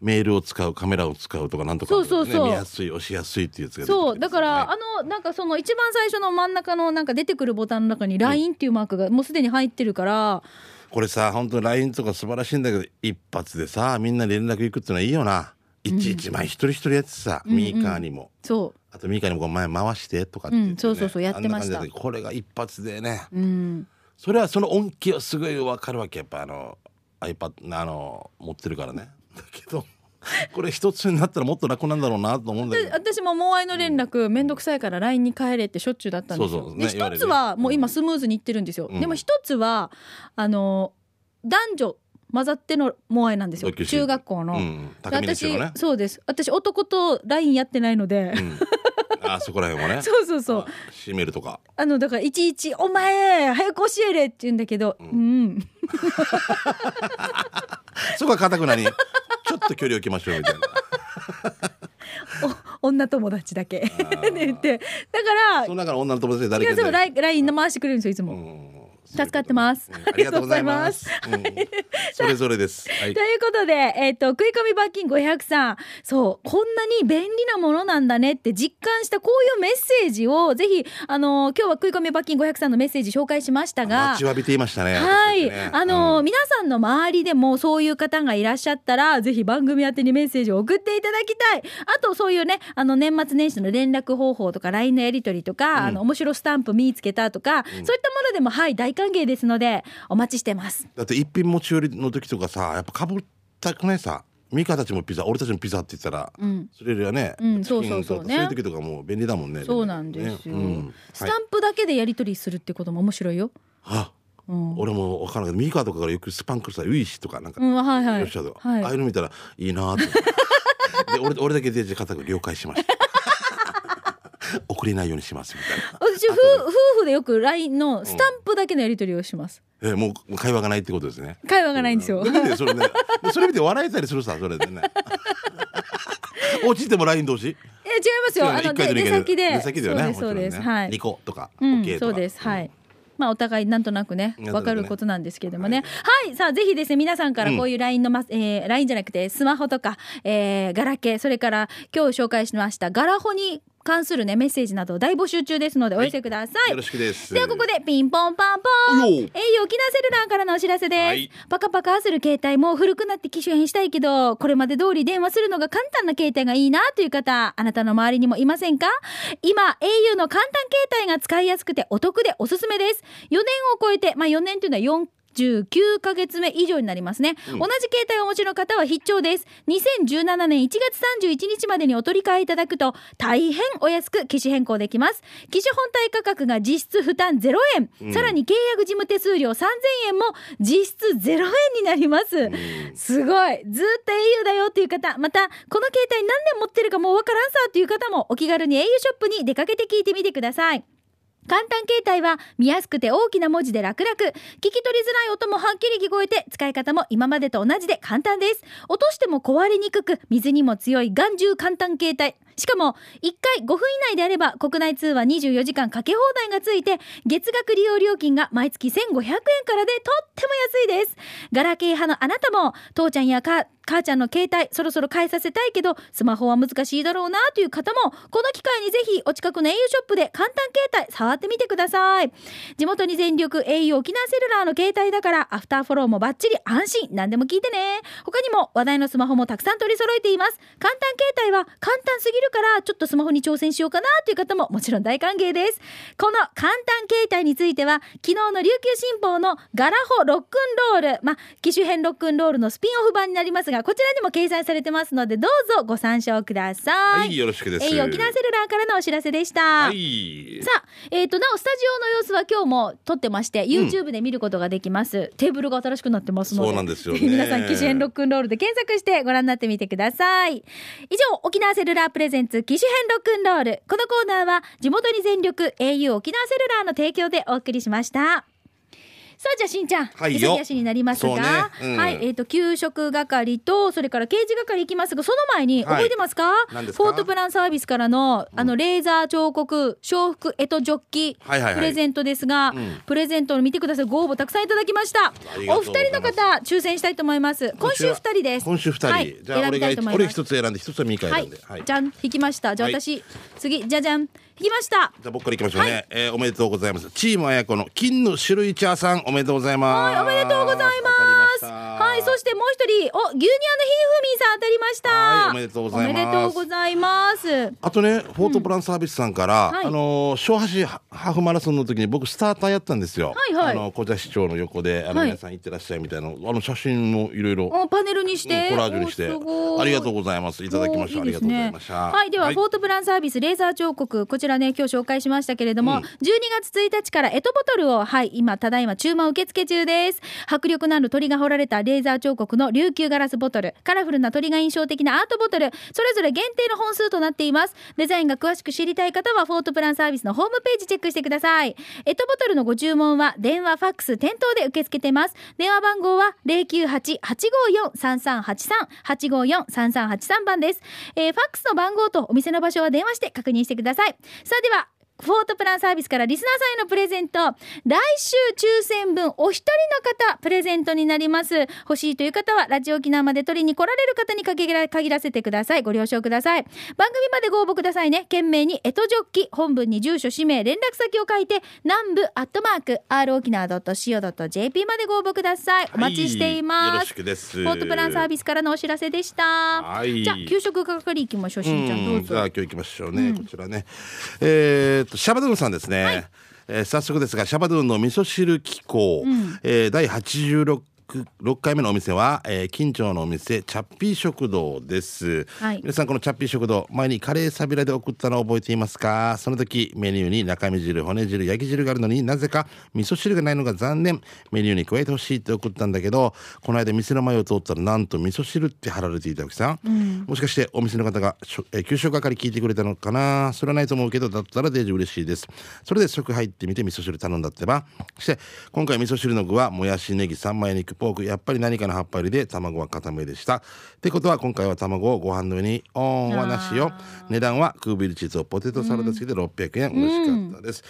[SPEAKER 4] メールを使うカメラを使うとかなんとか、
[SPEAKER 1] そ
[SPEAKER 4] ね、
[SPEAKER 1] うそうそう
[SPEAKER 4] 見やすい押しやすいっていうやつが出てくる
[SPEAKER 1] そうだから、
[SPEAKER 4] はい
[SPEAKER 1] あのなんかその一番最初の真ん中のなんか出てくるボタンの中に LINE っていうマークがもうすでに入ってるから、
[SPEAKER 4] これさ本当に LINE とか素晴らしいんだけど一発でさみんな連絡いくってのはいいよな、いちいち毎一人一人やってさ、ミーカーにも
[SPEAKER 1] そ
[SPEAKER 4] あとミーカーにもこう前回してとかって言
[SPEAKER 1] う
[SPEAKER 4] って、ね
[SPEAKER 1] んそうそうそうやってました
[SPEAKER 4] あんな感じだったけどこれが一発でね
[SPEAKER 1] ううん
[SPEAKER 4] それはその恩恵はすごいわかるわけやっぱあの iPad あの持ってるからねだけどこれ一つになったらもっと楽なんだろうなと思うんだけ
[SPEAKER 1] で
[SPEAKER 4] ど
[SPEAKER 1] 私ももう愛の連絡めんどくさいから LINE に帰れってしょっちゅうだったんですよ
[SPEAKER 4] そうそうね
[SPEAKER 1] で
[SPEAKER 4] 言わ
[SPEAKER 1] 一
[SPEAKER 4] れる
[SPEAKER 1] つはもう今スムーズにいってるんですよ、
[SPEAKER 4] うん
[SPEAKER 1] でも一つはあの男女混ざってのモアイなんですよ
[SPEAKER 4] 同級生
[SPEAKER 1] 中学校の、
[SPEAKER 4] うん、
[SPEAKER 1] で
[SPEAKER 4] 高見です
[SPEAKER 1] 私、
[SPEAKER 4] よね、
[SPEAKER 1] そうです私男と LINE やってないので、
[SPEAKER 4] うん、あそこら辺もね
[SPEAKER 1] そうそうそう
[SPEAKER 4] あ閉めるとか
[SPEAKER 1] あのだからいちいち「お前早く教えれ」って言うんだけど「うん
[SPEAKER 4] そこは固くなにちょっと距離を置きましょうみたいな
[SPEAKER 1] 女友達だけ」って言ってだから
[SPEAKER 4] その中の女の友達で
[SPEAKER 1] い
[SPEAKER 4] 誰
[SPEAKER 1] や
[SPEAKER 4] か
[SPEAKER 1] そう
[SPEAKER 4] 誰か
[SPEAKER 1] LINE LINE 回してくれるんですよいつも。
[SPEAKER 4] うん
[SPEAKER 1] 助かってます
[SPEAKER 4] うんありがとうございます。うんそれぞれです。はい
[SPEAKER 1] ということで、えっと食い込み罰金500さんそうこんなに便利なものなんだねって実感したこういうメッセージをぜひ、あの今日は食い込み罰金500さんのメッセージ紹介しましたが
[SPEAKER 4] 待ち。わびていましたね。
[SPEAKER 1] はい、
[SPEAKER 4] 私たちね
[SPEAKER 1] あの
[SPEAKER 4] うん
[SPEAKER 1] 皆さんの周りでもそういう方がいらっしゃったらぜひ番組宛てにメッセージを送っていただきたいあとそういうねあの年末年始の連絡方法とか LINE のやり取りとか、あの面白スタンプ見つけたとか、そういったものでもはい大歓迎ですのでお待ちしてます
[SPEAKER 4] だって一品持ち寄りの時とかさやっぱかぶったくないさミカたちもピザ俺たちもピザって言ったら、
[SPEAKER 1] うん
[SPEAKER 4] それよりはね、
[SPEAKER 1] うん
[SPEAKER 4] チ
[SPEAKER 1] そ
[SPEAKER 4] キン
[SPEAKER 1] うそうそう
[SPEAKER 4] とか
[SPEAKER 1] ね
[SPEAKER 4] そういう時とかもう便利だもんね
[SPEAKER 1] そうなんですよ、
[SPEAKER 4] ねうん
[SPEAKER 1] ス
[SPEAKER 4] はい
[SPEAKER 1] タンプだけでやり取りするってことも面白いよ、
[SPEAKER 4] あ
[SPEAKER 1] うん、
[SPEAKER 4] 俺も分からんけどミカとかからよくスパンクルさウイシとかなんか、
[SPEAKER 1] うんはいはい
[SPEAKER 4] よっしゃとか
[SPEAKER 1] はい
[SPEAKER 4] ああいうの見たらいいなーってで俺俺だけで固く了解しました送れないようにしますみたいな
[SPEAKER 1] 私夫夫婦でよく LINE のスタンプだけのやり取りをします、
[SPEAKER 4] えもう会話がないってことですね
[SPEAKER 1] 会話がないんですよ、
[SPEAKER 4] うだけどそれねでそれ見て笑えたりするさそれ でね落ちても LINE 同士
[SPEAKER 1] え違いますよ。あの
[SPEAKER 4] 一
[SPEAKER 1] で
[SPEAKER 4] 回で
[SPEAKER 1] 出先で、
[SPEAKER 4] 出先だよね。
[SPEAKER 1] そうですそうです。
[SPEAKER 4] もちろんね
[SPEAKER 1] はい
[SPEAKER 4] 二。個とか、
[SPEAKER 1] う
[SPEAKER 4] OK
[SPEAKER 1] ん、
[SPEAKER 4] とか
[SPEAKER 1] そうです。はい。まあお互いなんとなくね
[SPEAKER 4] なんとなくね
[SPEAKER 1] わかることなんですけれどもね。はい。さあぜひですね皆さんからこういう LINE のま、えー、LINE じゃなくてスマホとか、えー、ガラケーそれから今日紹介しましたガラホに関するねメッセージなどを大募集中ですのでお寄せください。
[SPEAKER 4] よろしくです。
[SPEAKER 1] ではここでピンポンパンポン
[SPEAKER 4] お
[SPEAKER 1] え
[SPEAKER 4] よ
[SPEAKER 1] い沖縄セルラーからのお知らせです、
[SPEAKER 4] はい
[SPEAKER 1] パカパカする携帯もう古くなって機種変したいけどこれまで通り電話するのが簡単な携帯がいいなという方あなたの周りにもいませんか今 au の簡単携帯が使いやすくてお得でおすすめです4年を超えてまあ4年というのは4 19ヶ月目以上になりますね、同じ携帯をお持ちの方は必聴です2017年1月31日までにお取り替えいただくと大変お安く機種変更できます機種本体価格が実質負担0円、さらに契約事務手数料3000円も実質0円になります、すごいずっと au だよっていう方またこの携帯何年持ってるかもうわからんさっていう方もお気軽に au ショップに出かけて聞いてみてください簡単携帯は見やすくて大きな文字で楽々聞き取りづらい音もはっきり聞こえて使い方も今までと同じで簡単です落としても壊れにくく水にも強い眼中簡単携帯しかも1回5分以内であれば国内通話24時間かけ放題がついて月額利用料金が毎月1500円からでとっても安いですガラケー派のあなたも父ちゃんやか母ちゃんの携帯そろそろ変えさせたいけどスマホは難しいだろうなという方もこの機会にぜひお近くの au ショップで簡単携帯触ってみてください地元に全力 au 沖縄セルラーの携帯だからアフターフォローもバッチリ安心何でも聞いてね他にも話題のスマホもたくさん取り揃えています簡単携帯は簡単すぎるからちょっとスマホに挑戦しようかなという方ももちろん大歓迎ですこの簡単携帯については昨日の琉球新報のガラホロックンロールまあ機種編ロックンロールのスピンオフ版になりますがこちらにも掲載されてますのでどうぞご参照くださ、
[SPEAKER 4] はいい、よろしくです。
[SPEAKER 1] えい沖縄セルラーからのお知らせでした、
[SPEAKER 4] はい。
[SPEAKER 1] さあ、えー、となおスタジオの様子は今日も撮ってまして YouTube で見ることができます、テーブルが新しくなってますので
[SPEAKER 4] そうなんですよね
[SPEAKER 1] 皆さん「機種編ロックンロール」で検索してご覧になってみてください以上沖縄セルラープレゼンツ機種編ロックンロールこのコーナーは地元に全力 au 沖縄セルラーの提供でお送りしましたさあじゃあしんちゃん、
[SPEAKER 4] はいよ
[SPEAKER 1] 急ぎ足になりますが、
[SPEAKER 4] そうねうん
[SPEAKER 1] はいえっ、と給食係とそれから刑事係行きますがその前に
[SPEAKER 4] は
[SPEAKER 1] 覚
[SPEAKER 4] い
[SPEAKER 1] えてますか,、
[SPEAKER 4] 何ですか
[SPEAKER 1] フォートプランサービスからのあのレーザー彫刻笑福エトジョッキ
[SPEAKER 4] はいはいはい
[SPEAKER 1] プレゼントですが、
[SPEAKER 4] ん
[SPEAKER 1] プレゼントを見てくださいご応募たくさんいただきました
[SPEAKER 4] ありが
[SPEAKER 1] お二
[SPEAKER 4] とうござい
[SPEAKER 1] 人
[SPEAKER 4] ます
[SPEAKER 1] の方抽選したいと思います今週二人です
[SPEAKER 4] 今週二人。
[SPEAKER 1] はい、
[SPEAKER 4] じゃあ
[SPEAKER 1] 選
[SPEAKER 4] 俺
[SPEAKER 1] びた
[SPEAKER 4] が
[SPEAKER 1] いと思い
[SPEAKER 4] 俺
[SPEAKER 1] ます
[SPEAKER 4] 一つ選んで一つはミカ
[SPEAKER 1] は
[SPEAKER 4] 選ん
[SPEAKER 1] い
[SPEAKER 4] で。はい。、
[SPEAKER 1] じ
[SPEAKER 4] じゃ
[SPEAKER 1] ゃん引きましたじゃあ
[SPEAKER 4] はい
[SPEAKER 1] 私、次じゃじゃん引きました
[SPEAKER 4] あ僕からいきましょうね、えーおめでとうございます。チームあやこの金の種類茶さんおめでとうございます。
[SPEAKER 1] はい、おめでとうございます。
[SPEAKER 4] わかりました
[SPEAKER 1] はい、そしてもう一人、お、牛乳のひーふみさん当たりました。
[SPEAKER 4] はいおめでとうございます
[SPEAKER 1] おめでとうございます。
[SPEAKER 4] あとね、フォートプランサービスさんから、
[SPEAKER 1] はい
[SPEAKER 4] あのー小橋ハーフマラソンの時に僕スターターやったんです
[SPEAKER 1] は
[SPEAKER 4] よ。
[SPEAKER 1] いはい
[SPEAKER 4] あの小座市長の横で、あの
[SPEAKER 1] はい
[SPEAKER 4] 皆さん行ってらっしゃいみたいな、あの写真もいろいろコ
[SPEAKER 1] お、パネルにして。
[SPEAKER 4] ラージュにして、
[SPEAKER 1] おすご
[SPEAKER 4] ありがとう
[SPEAKER 1] い
[SPEAKER 4] ございます。いただきました。
[SPEAKER 1] お
[SPEAKER 4] あ
[SPEAKER 1] いいで
[SPEAKER 4] り
[SPEAKER 1] す
[SPEAKER 4] がとうござ
[SPEAKER 1] ね
[SPEAKER 4] いました。
[SPEAKER 1] はい、では、フォートプランサービスレーザー彫刻、こちらね、今日紹介しましたけれども、12月1日からエトボトルを、はい、今、ただいま注文受付中です。迫力のある鳥が彫られたレーザー彫刻の琉球ガラスボトル、カラフルな鳥が印象的なアートボトル、それぞれ限定の本数となっています。デザインが詳しく知りたい方は、フォートプランサービスのホームページチェックしてください。エトボトルのご注文は、電話、ファックス、店頭で受け付けてます。電話番号は、098-854-3383、854-3383番です。えーファックスの番号とお店の場所は電話して確認してください。さあ、では、フォートプランサービスからリスナーさんへのプレゼント来週抽選分お一人の方プレゼントになります欲しいという方はラジオ沖縄まで取りに来られる方に限ら限らせてくださいご了承ください番組までご応募くださいね件名に「えとジョッキ」本文に住所氏名連絡先を書いて南部アットマーク r 沖縄 .co.jp までご応募くださいお待ちしています、
[SPEAKER 4] よろしくです。
[SPEAKER 1] フォートプランサービスからのお知らせでした。
[SPEAKER 4] い
[SPEAKER 1] じゃあ給食係行きましょう。しんちゃんど
[SPEAKER 4] う
[SPEAKER 1] うん
[SPEAKER 4] じゃ
[SPEAKER 1] ぞ
[SPEAKER 4] あ。今日行きましょうね、こちらねえー、っとシャバドゥンさんですね、えー早速ですがシャバドゥンの味噌汁機構、えー第86 6回目のお店は、えー、近町のお店チャッピー食堂です、
[SPEAKER 1] はい
[SPEAKER 4] 皆さんこのチャッピー食堂前にカレーサビラで送ったのを覚えていますかその時メニューに中身汁骨汁焼き汁があるのになぜか味噌汁がないのが残念メニューに加えてほしいって送ったんだけどこの間店の前を通ったらなんと味噌汁って貼られていたわけさん、もしかしてお店の方がしょえー給食係聞いてくれたのかなそれはないと思うけどだったらデージ嬉しいですそれで即入ってみて味噌汁頼んだってばそして今回味噌汁の具はもやしネギ三枚肉ポークやっぱり何かの葉っぱ入りで卵は固めでしたってことは今回は卵をご飯の上にオンはなしよ値段はクービルチーズをポテトサラダ付きで600円、美味しかったです、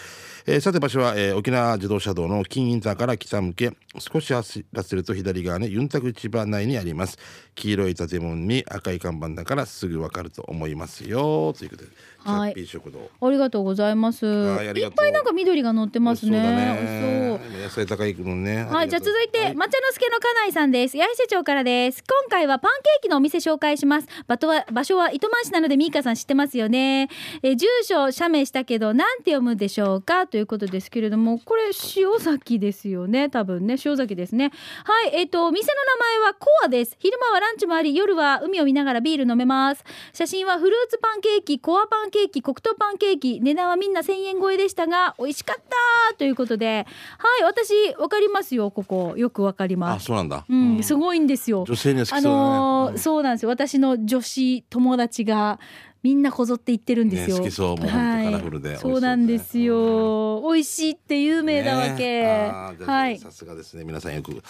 [SPEAKER 4] えーさて場所は、えー沖縄自動車道の金インターから北向け少し走らせると左側のユンタク市場内にあります黄色い建物に赤い看板だからすぐわかると思いますよということでチャ
[SPEAKER 1] はい
[SPEAKER 4] ッピー食堂
[SPEAKER 1] ありがとうございます。
[SPEAKER 4] はいあり
[SPEAKER 1] いっ
[SPEAKER 4] がとう
[SPEAKER 1] ぱいなんか緑が乗ってますね。美味しそう
[SPEAKER 4] そうだね野菜高いもんね
[SPEAKER 1] はい、じゃあ続いて、
[SPEAKER 4] はい
[SPEAKER 1] 抹茶の助の家内さんです。八重瀬町からです。今回はパンケーキのお店紹介します。場所は、場所は糸満市なので、ミーカさん知ってますよね。えー住所を写メしたけど、なんて読むでしょうかということですけれどもこれ塩崎ですよね多分ね塩崎ですねはいえっ、と店の名前はコアです昼間はランチもあり夜は海を見ながらビール飲めます写真はフルーツパンケーキコアパンケーキ黒糖パンケーキ値段はみんな1000円超えでしたが美味しかったということではい私わかりますよここよくわかりま
[SPEAKER 4] あ、
[SPEAKER 1] す
[SPEAKER 4] そうなんだ。
[SPEAKER 1] うんすごいんですよ
[SPEAKER 4] 女性には好
[SPEAKER 1] あ
[SPEAKER 4] きそうだね。
[SPEAKER 1] のー
[SPEAKER 4] うん
[SPEAKER 1] そうなんですよ私の女子友達がみんなこぞって行ってるんですよ、
[SPEAKER 4] ね好きそうもう
[SPEAKER 1] は
[SPEAKER 4] 本
[SPEAKER 1] い
[SPEAKER 4] 当カラフルで美味しそ
[SPEAKER 1] そう
[SPEAKER 4] うですね
[SPEAKER 1] なんですよ、美味しいって有名なわけ、
[SPEAKER 4] ねあーじゃあ
[SPEAKER 1] はい
[SPEAKER 4] さすがですね皆さんよくという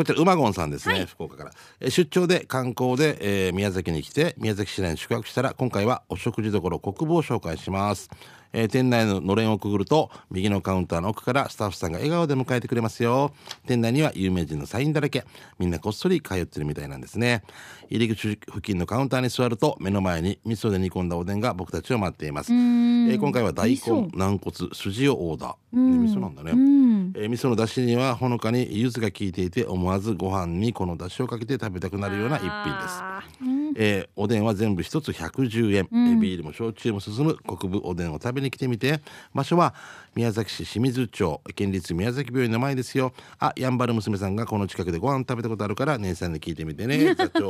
[SPEAKER 4] ことでうまごんさんですね、福岡からえー出張で観光で、えー宮崎に来て宮崎市内に宿泊したら今回はお食事どころ国防を紹介します、えー店内ののれんをくぐると右のカウンターの奥からスタッフさんが笑顔で迎えてくれますよ店内には有名人のサインだらけみんなこっそり通ってるみたいなんですね入り口付近のカウンターに座ると目の前に味噌で煮込んだおでんが僕たちを待っています、えー今回は大
[SPEAKER 1] 味噌
[SPEAKER 4] 根軟骨筋をオーダー、ね味噌なんだね、
[SPEAKER 1] うん、
[SPEAKER 4] えー味噌の出汁にはほのかに柚子が効いていて思わずご飯にこの出汁をかけて食べたくなるような一品です、
[SPEAKER 1] です、うん
[SPEAKER 4] えーおでんは全部一つ110円、えービールも焼酎も進む国分おでんを食べに来てみて場所は宮崎市清水町県立宮崎病院の前ですよあやんばる娘さんがこの近くでご飯食べたことあるから姉さんに聞いてみ てね座長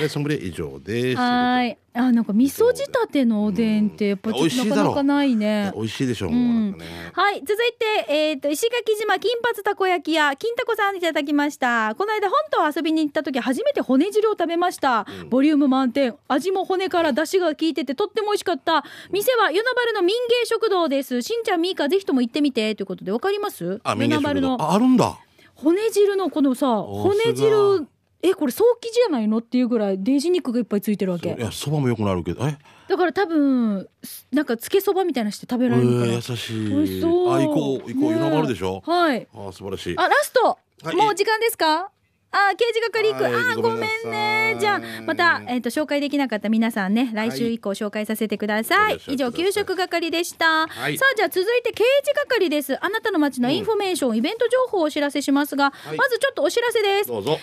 [SPEAKER 4] でそんぶれ以上です
[SPEAKER 1] はいあなんか味噌仕立てのおでんってやっぱちょっとなかなかないね
[SPEAKER 4] ね美味しいでしょう、もうなんかね
[SPEAKER 1] はい続いて、えー、と石垣島金髪たこ焼き屋金たこさんいただきましたこの間本島遊びに行った時初めて骨汁を食べました、ボリューム満点味も骨から出汁が効いててとっても美味しかった店は与那原の民芸食堂ですしんちゃんみーかぜひとも行ってみてということでわかります
[SPEAKER 4] あ、
[SPEAKER 1] 与
[SPEAKER 4] 民芸
[SPEAKER 1] 那
[SPEAKER 4] 食
[SPEAKER 1] 原
[SPEAKER 4] 堂
[SPEAKER 1] の
[SPEAKER 4] ああるんだ
[SPEAKER 1] 骨汁のこのさ
[SPEAKER 4] おー
[SPEAKER 1] 骨
[SPEAKER 4] す
[SPEAKER 1] 汁えこれ早期じゃないのっていうぐらいデージ肉がいっぱいついてるわけ
[SPEAKER 4] いやそばもよくなるけどえ
[SPEAKER 1] だから多分すなんかつけそばみたいなのして食べられるのかな、
[SPEAKER 4] えー優しい。
[SPEAKER 1] 美味しそう
[SPEAKER 4] あ、行こう、行こう、
[SPEAKER 1] ね
[SPEAKER 4] 夜なばるでしょ。
[SPEAKER 1] はい
[SPEAKER 4] あー、素晴らしい。
[SPEAKER 1] あラスト、
[SPEAKER 4] はい
[SPEAKER 1] もう時間ですかあー刑事係行く、
[SPEAKER 4] はい
[SPEAKER 1] あー
[SPEAKER 4] ご
[SPEAKER 1] ご
[SPEAKER 4] めんな
[SPEAKER 1] め
[SPEAKER 4] さい
[SPEAKER 1] んねじゃあまた、えー、と紹介できなかった皆さんね来週以降紹介させてください、
[SPEAKER 4] お願いします
[SPEAKER 1] 以上給食係でした、
[SPEAKER 4] はい
[SPEAKER 1] さあじゃあ続いて刑事係ですあなたの街のインフォメーション、イベント情報をお知らせしますが、
[SPEAKER 4] い
[SPEAKER 1] まずちょっとお知らせです
[SPEAKER 4] どうぞ。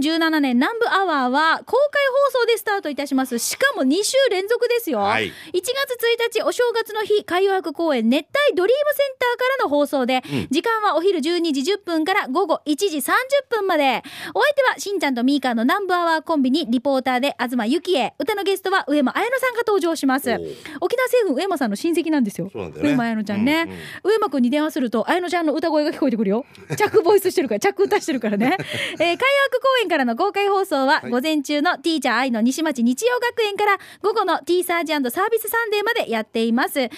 [SPEAKER 1] 2017年南部アワーは公開放送でスタートいたしますしかも2週連続ですよ、
[SPEAKER 4] はい
[SPEAKER 1] 1月1日お正月の日海洋博公園熱帯ドリームセンターからの放送で、時間はお昼12時10分から午後1時30分までお相手はしんちゃんとみーかんの南部アワーコンビにリポーターで東ゆきえ歌のゲストは上間彩乃さんが登場します
[SPEAKER 4] お
[SPEAKER 1] 沖縄
[SPEAKER 4] う
[SPEAKER 1] 政府上間さんの親戚なんですよ
[SPEAKER 4] そうなんだよね
[SPEAKER 1] 上間彩乃ちゃんね、
[SPEAKER 4] うんうん
[SPEAKER 1] 上間くんに電話すると、あやのちゃんの歌声が聞こえてくる よ。着ボイスしてるから、着歌してるからね。えー、海洋公園からの公開放送は、午前中のティーチャー愛の西町日曜学園から、午後のティーサージサービスサンデーまでやっています。遊びに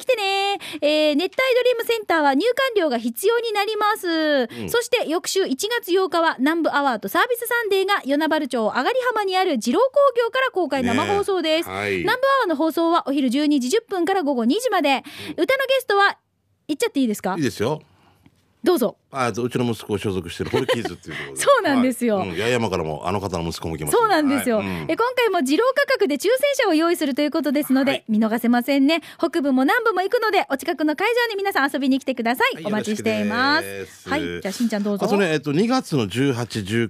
[SPEAKER 1] 来てね。えー、熱帯ドリームセンターは入館料が必要になります。そして、翌週1月8日は、南部アワーとサービスサンデーが、与那原町上がり浜にある二郎工業から公開生放送です。
[SPEAKER 4] はい。
[SPEAKER 1] 南部アワーの放送はお昼12時10分から午後2時まで、歌のゲストは言っちゃっていいですか
[SPEAKER 4] いいですよ。
[SPEAKER 1] どうぞ
[SPEAKER 4] あ、うちの息子を所属してるホルキーズっていうところ で。
[SPEAKER 1] そうなんですよ
[SPEAKER 4] はいうん八重山からも、あの方の息子も来ます。
[SPEAKER 1] そうなんですよ、
[SPEAKER 4] はいうん
[SPEAKER 1] え今回も二郎価格で抽選者を用意するということですので、
[SPEAKER 4] はい
[SPEAKER 1] 見逃せませんね北部も南部も行くのでお近くの会場に皆さん遊びに来てください、
[SPEAKER 4] はい
[SPEAKER 1] お待ちしていま
[SPEAKER 4] よろしくですす
[SPEAKER 1] はいじゃあしんちゃんどうぞ
[SPEAKER 4] あとね、えっと、2月の18、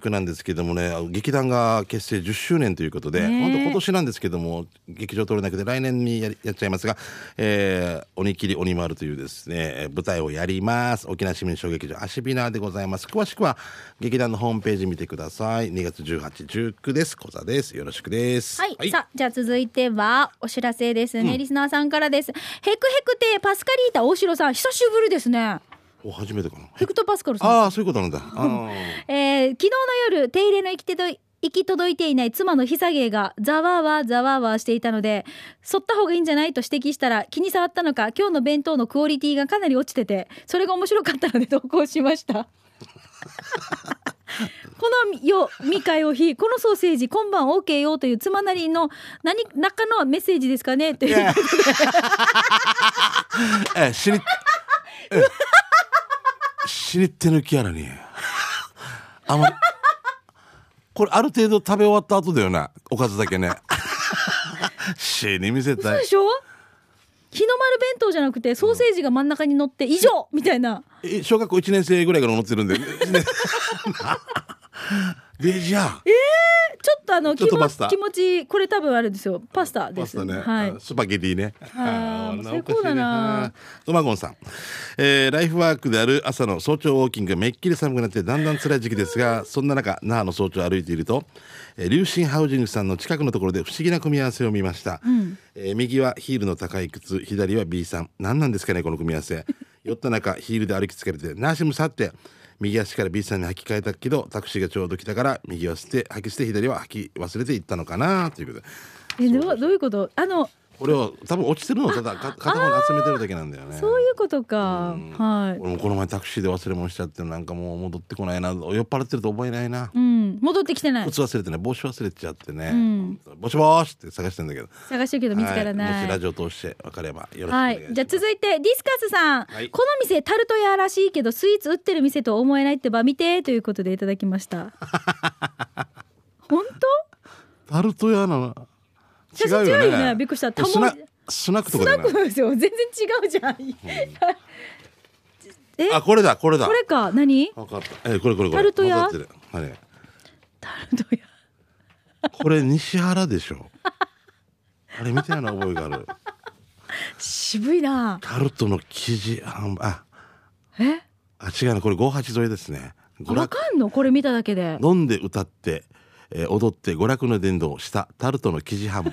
[SPEAKER 4] 19なんですけどもね、劇団が結成10周年ということで、
[SPEAKER 1] ねえ
[SPEAKER 4] 本当今年なんですけども、劇場取れなくて来年にやりやっちゃいますが、えー、鬼切り鬼丸というですね、えー舞台をやります。沖縄市民小劇場アシビナーでございます。詳しくは劇団のホームページ見てください。2月18、19です。小座です。よろしくです。
[SPEAKER 1] はい、さあじゃあ続いてはお知らせですね、リスナーさんからですヘクヘク亭パスカリータ大城さん久しぶりですね
[SPEAKER 4] お、初めてかな。
[SPEAKER 1] ヘクトパスカルさん
[SPEAKER 4] ああ、そういうことなんだ。あー
[SPEAKER 1] えー昨日の夜手入れの行き手どい行き届いていない妻のひさげがざわわざわわしていたので剃った方がいいんじゃないと指摘したら気に触ったのか今日の弁当のクオリティがかなり落ちててそれが面白かったので投稿しました このよ未開を日このソーセージ今晩 OK よという妻なりの何らかのメッセージですかねという
[SPEAKER 4] え、死に、え死に手抜きやのに。あまり、これある程度食べ終わった後だよな、おかずだけね。死に見せた
[SPEAKER 1] で
[SPEAKER 4] い。
[SPEAKER 1] しょ日の丸弁当じゃなくてソーセージが真ん中に乗って以上みたいな。
[SPEAKER 4] え小学校1年生ぐらいから思ってるんで。でじゃあ、
[SPEAKER 1] ちょっととあの
[SPEAKER 4] ち
[SPEAKER 1] 気
[SPEAKER 4] ょっと
[SPEAKER 1] 持
[SPEAKER 4] パス
[SPEAKER 1] ち
[SPEAKER 4] タ
[SPEAKER 1] 気持ちこれ多分あれですよパスタで
[SPEAKER 4] パ
[SPEAKER 1] す
[SPEAKER 4] スタね、
[SPEAKER 1] はい
[SPEAKER 4] スパゲティね。
[SPEAKER 1] あー
[SPEAKER 4] あー
[SPEAKER 1] 最高だな。
[SPEAKER 4] トマゴンさん、えーライフワークである朝の早朝ウォーキングがめっきり寒くなってだんだん辛い時期です が、そんな中、那覇の早朝を歩いていると、えー、流進ハウジングさんの近くのところで不思議な組み合わせを見ました。えー右はヒールの高い靴、左は B さん。何なんですかね、この組み合わせ。 酔った中、ヒールで歩き疲れて、ナーシム去って、右足から B さんに履き替えたけど、タクシーがちょうど来たから、右は捨て、履き捨て、左は履き忘れていったのかな、ということで。
[SPEAKER 1] えどうどういうことあの
[SPEAKER 4] これは多分落ちてるのをただか片方に集めてるだけなんだよね
[SPEAKER 1] そういうことかはい。
[SPEAKER 4] 俺もこの前タクシーで忘れ物しちゃってなんかもう戻ってこないな酔っ払ってると思えないな
[SPEAKER 1] うん戻ってきてない
[SPEAKER 4] 靴忘れてね帽子忘れちゃってね、
[SPEAKER 1] ん
[SPEAKER 4] 帽子帽子って探してんだけど
[SPEAKER 1] 探してるけど見つから
[SPEAKER 4] はい、もし
[SPEAKER 1] な
[SPEAKER 4] ラ
[SPEAKER 1] い。
[SPEAKER 4] ジオ通して分かればよろしくお
[SPEAKER 1] は
[SPEAKER 4] 願いし
[SPEAKER 1] い
[SPEAKER 4] ます、、
[SPEAKER 1] じゃあ続いてディスカスさん、
[SPEAKER 4] はい
[SPEAKER 1] この店タルト屋らしいけどスイーツ売ってる店と思えないってば見てということでいただきました 本
[SPEAKER 4] タルト屋なの
[SPEAKER 1] 写真
[SPEAKER 4] 違うよ
[SPEAKER 1] 違
[SPEAKER 4] ね
[SPEAKER 1] うよねびっくりしたたも
[SPEAKER 4] スナスナック
[SPEAKER 1] 当ス
[SPEAKER 4] とか
[SPEAKER 1] ナッ
[SPEAKER 4] だよね
[SPEAKER 1] クですよ全然違うじゃん、 え
[SPEAKER 4] あこれだこれだ
[SPEAKER 1] これか何
[SPEAKER 4] 分かったえこれこれこ
[SPEAKER 1] タ
[SPEAKER 4] れ
[SPEAKER 1] ルト屋
[SPEAKER 4] 混ざってるはい、
[SPEAKER 1] タルト屋
[SPEAKER 4] これ西原でしょあれみたいな覚えがある
[SPEAKER 1] 渋いな
[SPEAKER 4] タルトの生地販売あ
[SPEAKER 1] え
[SPEAKER 4] あ違うなこれ58添えですね娯
[SPEAKER 1] わ
[SPEAKER 4] 楽
[SPEAKER 1] かんのこれ見ただけで
[SPEAKER 4] 飲んで歌って、えー踊って娯楽の伝道をしたタルトの生地販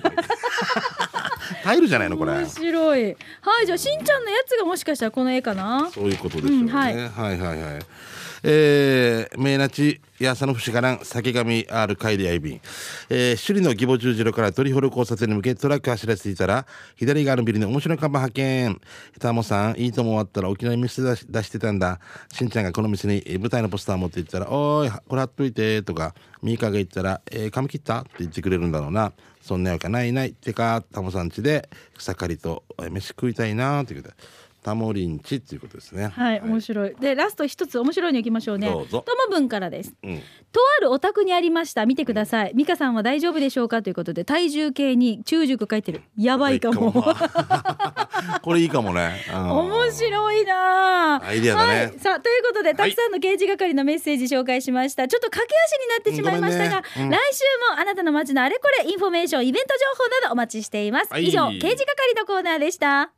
[SPEAKER 4] 売タイルじゃないのこれ
[SPEAKER 1] 面白いはいじゃあしんちゃんのやつがもしかしたらこの絵かな
[SPEAKER 4] そういうことですよね、
[SPEAKER 1] うんはい
[SPEAKER 4] はいはいはいえー、メイナチやさの節からん酒神 R 帰り合い便えー、首里の義母十字路から鳥幌交差点に向けトラック走らせていたら左側のビルに面白い看板発見タモさんいいとも終わったら沖縄に店出し出してたんだしんちゃんがこの店にえー舞台のポスター持って行ったら「おーいこれ貼っといて」とかミーカが言ったら「えー、髪切った?」って言ってくれるんだろうなそんなわけないないてかタモさん家で草刈りとえー飯食いたいなということでタモリンチっていうことですね
[SPEAKER 1] はい、面白い。で、ラスト一つ面白いのいきましょうね。
[SPEAKER 4] どうぞ
[SPEAKER 1] ともぶんからです。
[SPEAKER 4] うん
[SPEAKER 1] とあるお宅にありました。見てください。美香さんは大丈夫でしょうかということで、体重計に中熟書いてる。やばいかも。
[SPEAKER 4] これいいかも ね。うん
[SPEAKER 1] 面白いなあ
[SPEAKER 4] アイデアだね
[SPEAKER 1] はい、さあということでたくさんの刑事係のメッセージ紹介しました、ちょっと駆け足になってしまいましたが、
[SPEAKER 4] うんごめんねうん
[SPEAKER 1] 来週もあなたの街のあれこれインフォメーションイベント情報などお待ちしています、
[SPEAKER 4] はい
[SPEAKER 1] 以上刑事係のコーナーでした